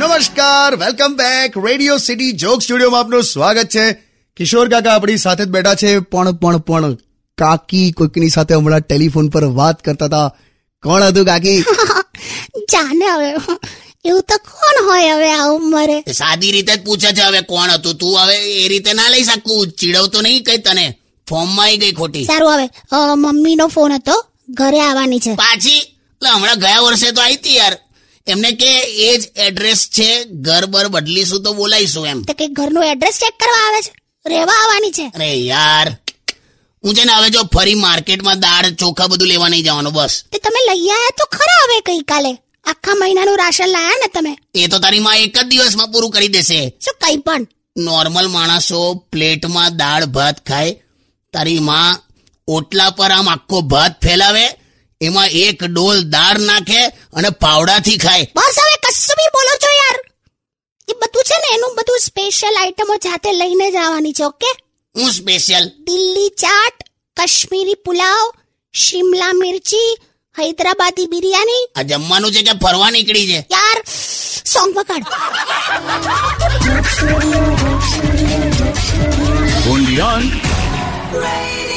નમસ્કાર welcome back Radio City joke સ્ટુડિયોમાં આપનું સ્વાગત છે કિશોર કાકા આપણી સાથે જ બેઠા છે પણ પણ પણ કાકી કોઈકની સાથે હમણાં ટેલિફોન પર વાત કરતા હતા કોણ હતું કાકી જાને હવે એવું તો કોણ હોય હવે આ ઉંમરે એ સાદી રીતે જ પૂછે છે હવે કોણ હતું તું હવે એ રીતે ના લઈ શકું ચીડવતો નહીં કઈ તને ફોર્મમાં ઈ ગઈ ખોટી સારું હવે અ, મમ્મીનો ફોન હતો ઘરે આવવાની છે પાછી લે, હમણાં ગયા વર્ષે તો આવી હતી યાર એમને કે એ જ એડ્રેસ છે ઘર બર બદલીશું તો બોલાઈશું એમ તો કે ઘરનું એડ્રેસ ચેક કરવા આવે છે રહેવા આવવાની છે અરે યાર હું છે ને હવે જો ફરી માર્કેટમાં દાળ ચોખા બધું લેવા નહીં જવાનું બસ તે તમે લઈ આવ્યા તો ખરા હવે ગઈ કાલે આખા મહિનાનું રાશન લાયા ને તમે એ તો તારી માં એક જ દિવસમાં પૂરું કરી દેશે શું કઈ પણ નોર્મલ માણસો પ્લેટમાં દાળ ભાત ખાય તારી માં ઓટલા પર આમ આખો ભાત ફેલાવે એમાં એક ડોલ દાળ નાખે અને પાવડાથી ખાય બસ હવે કશું બી બોલો છો યાર એ બધું છે ને એનું બધું સ્પેશિયલ આઈટમો જાતે લઈને જ આવવાની છે ઓકે હું સ્પેશિયલ દિલ્હી ચાટ કશ્મીરી પુલાવ શિમલા મિર્ચી હૈદરાબાદી બિરયાની આ જમવાનું છે કે ફરવા નીકળી છે યાર સોંગ વગાડ Undian. Radio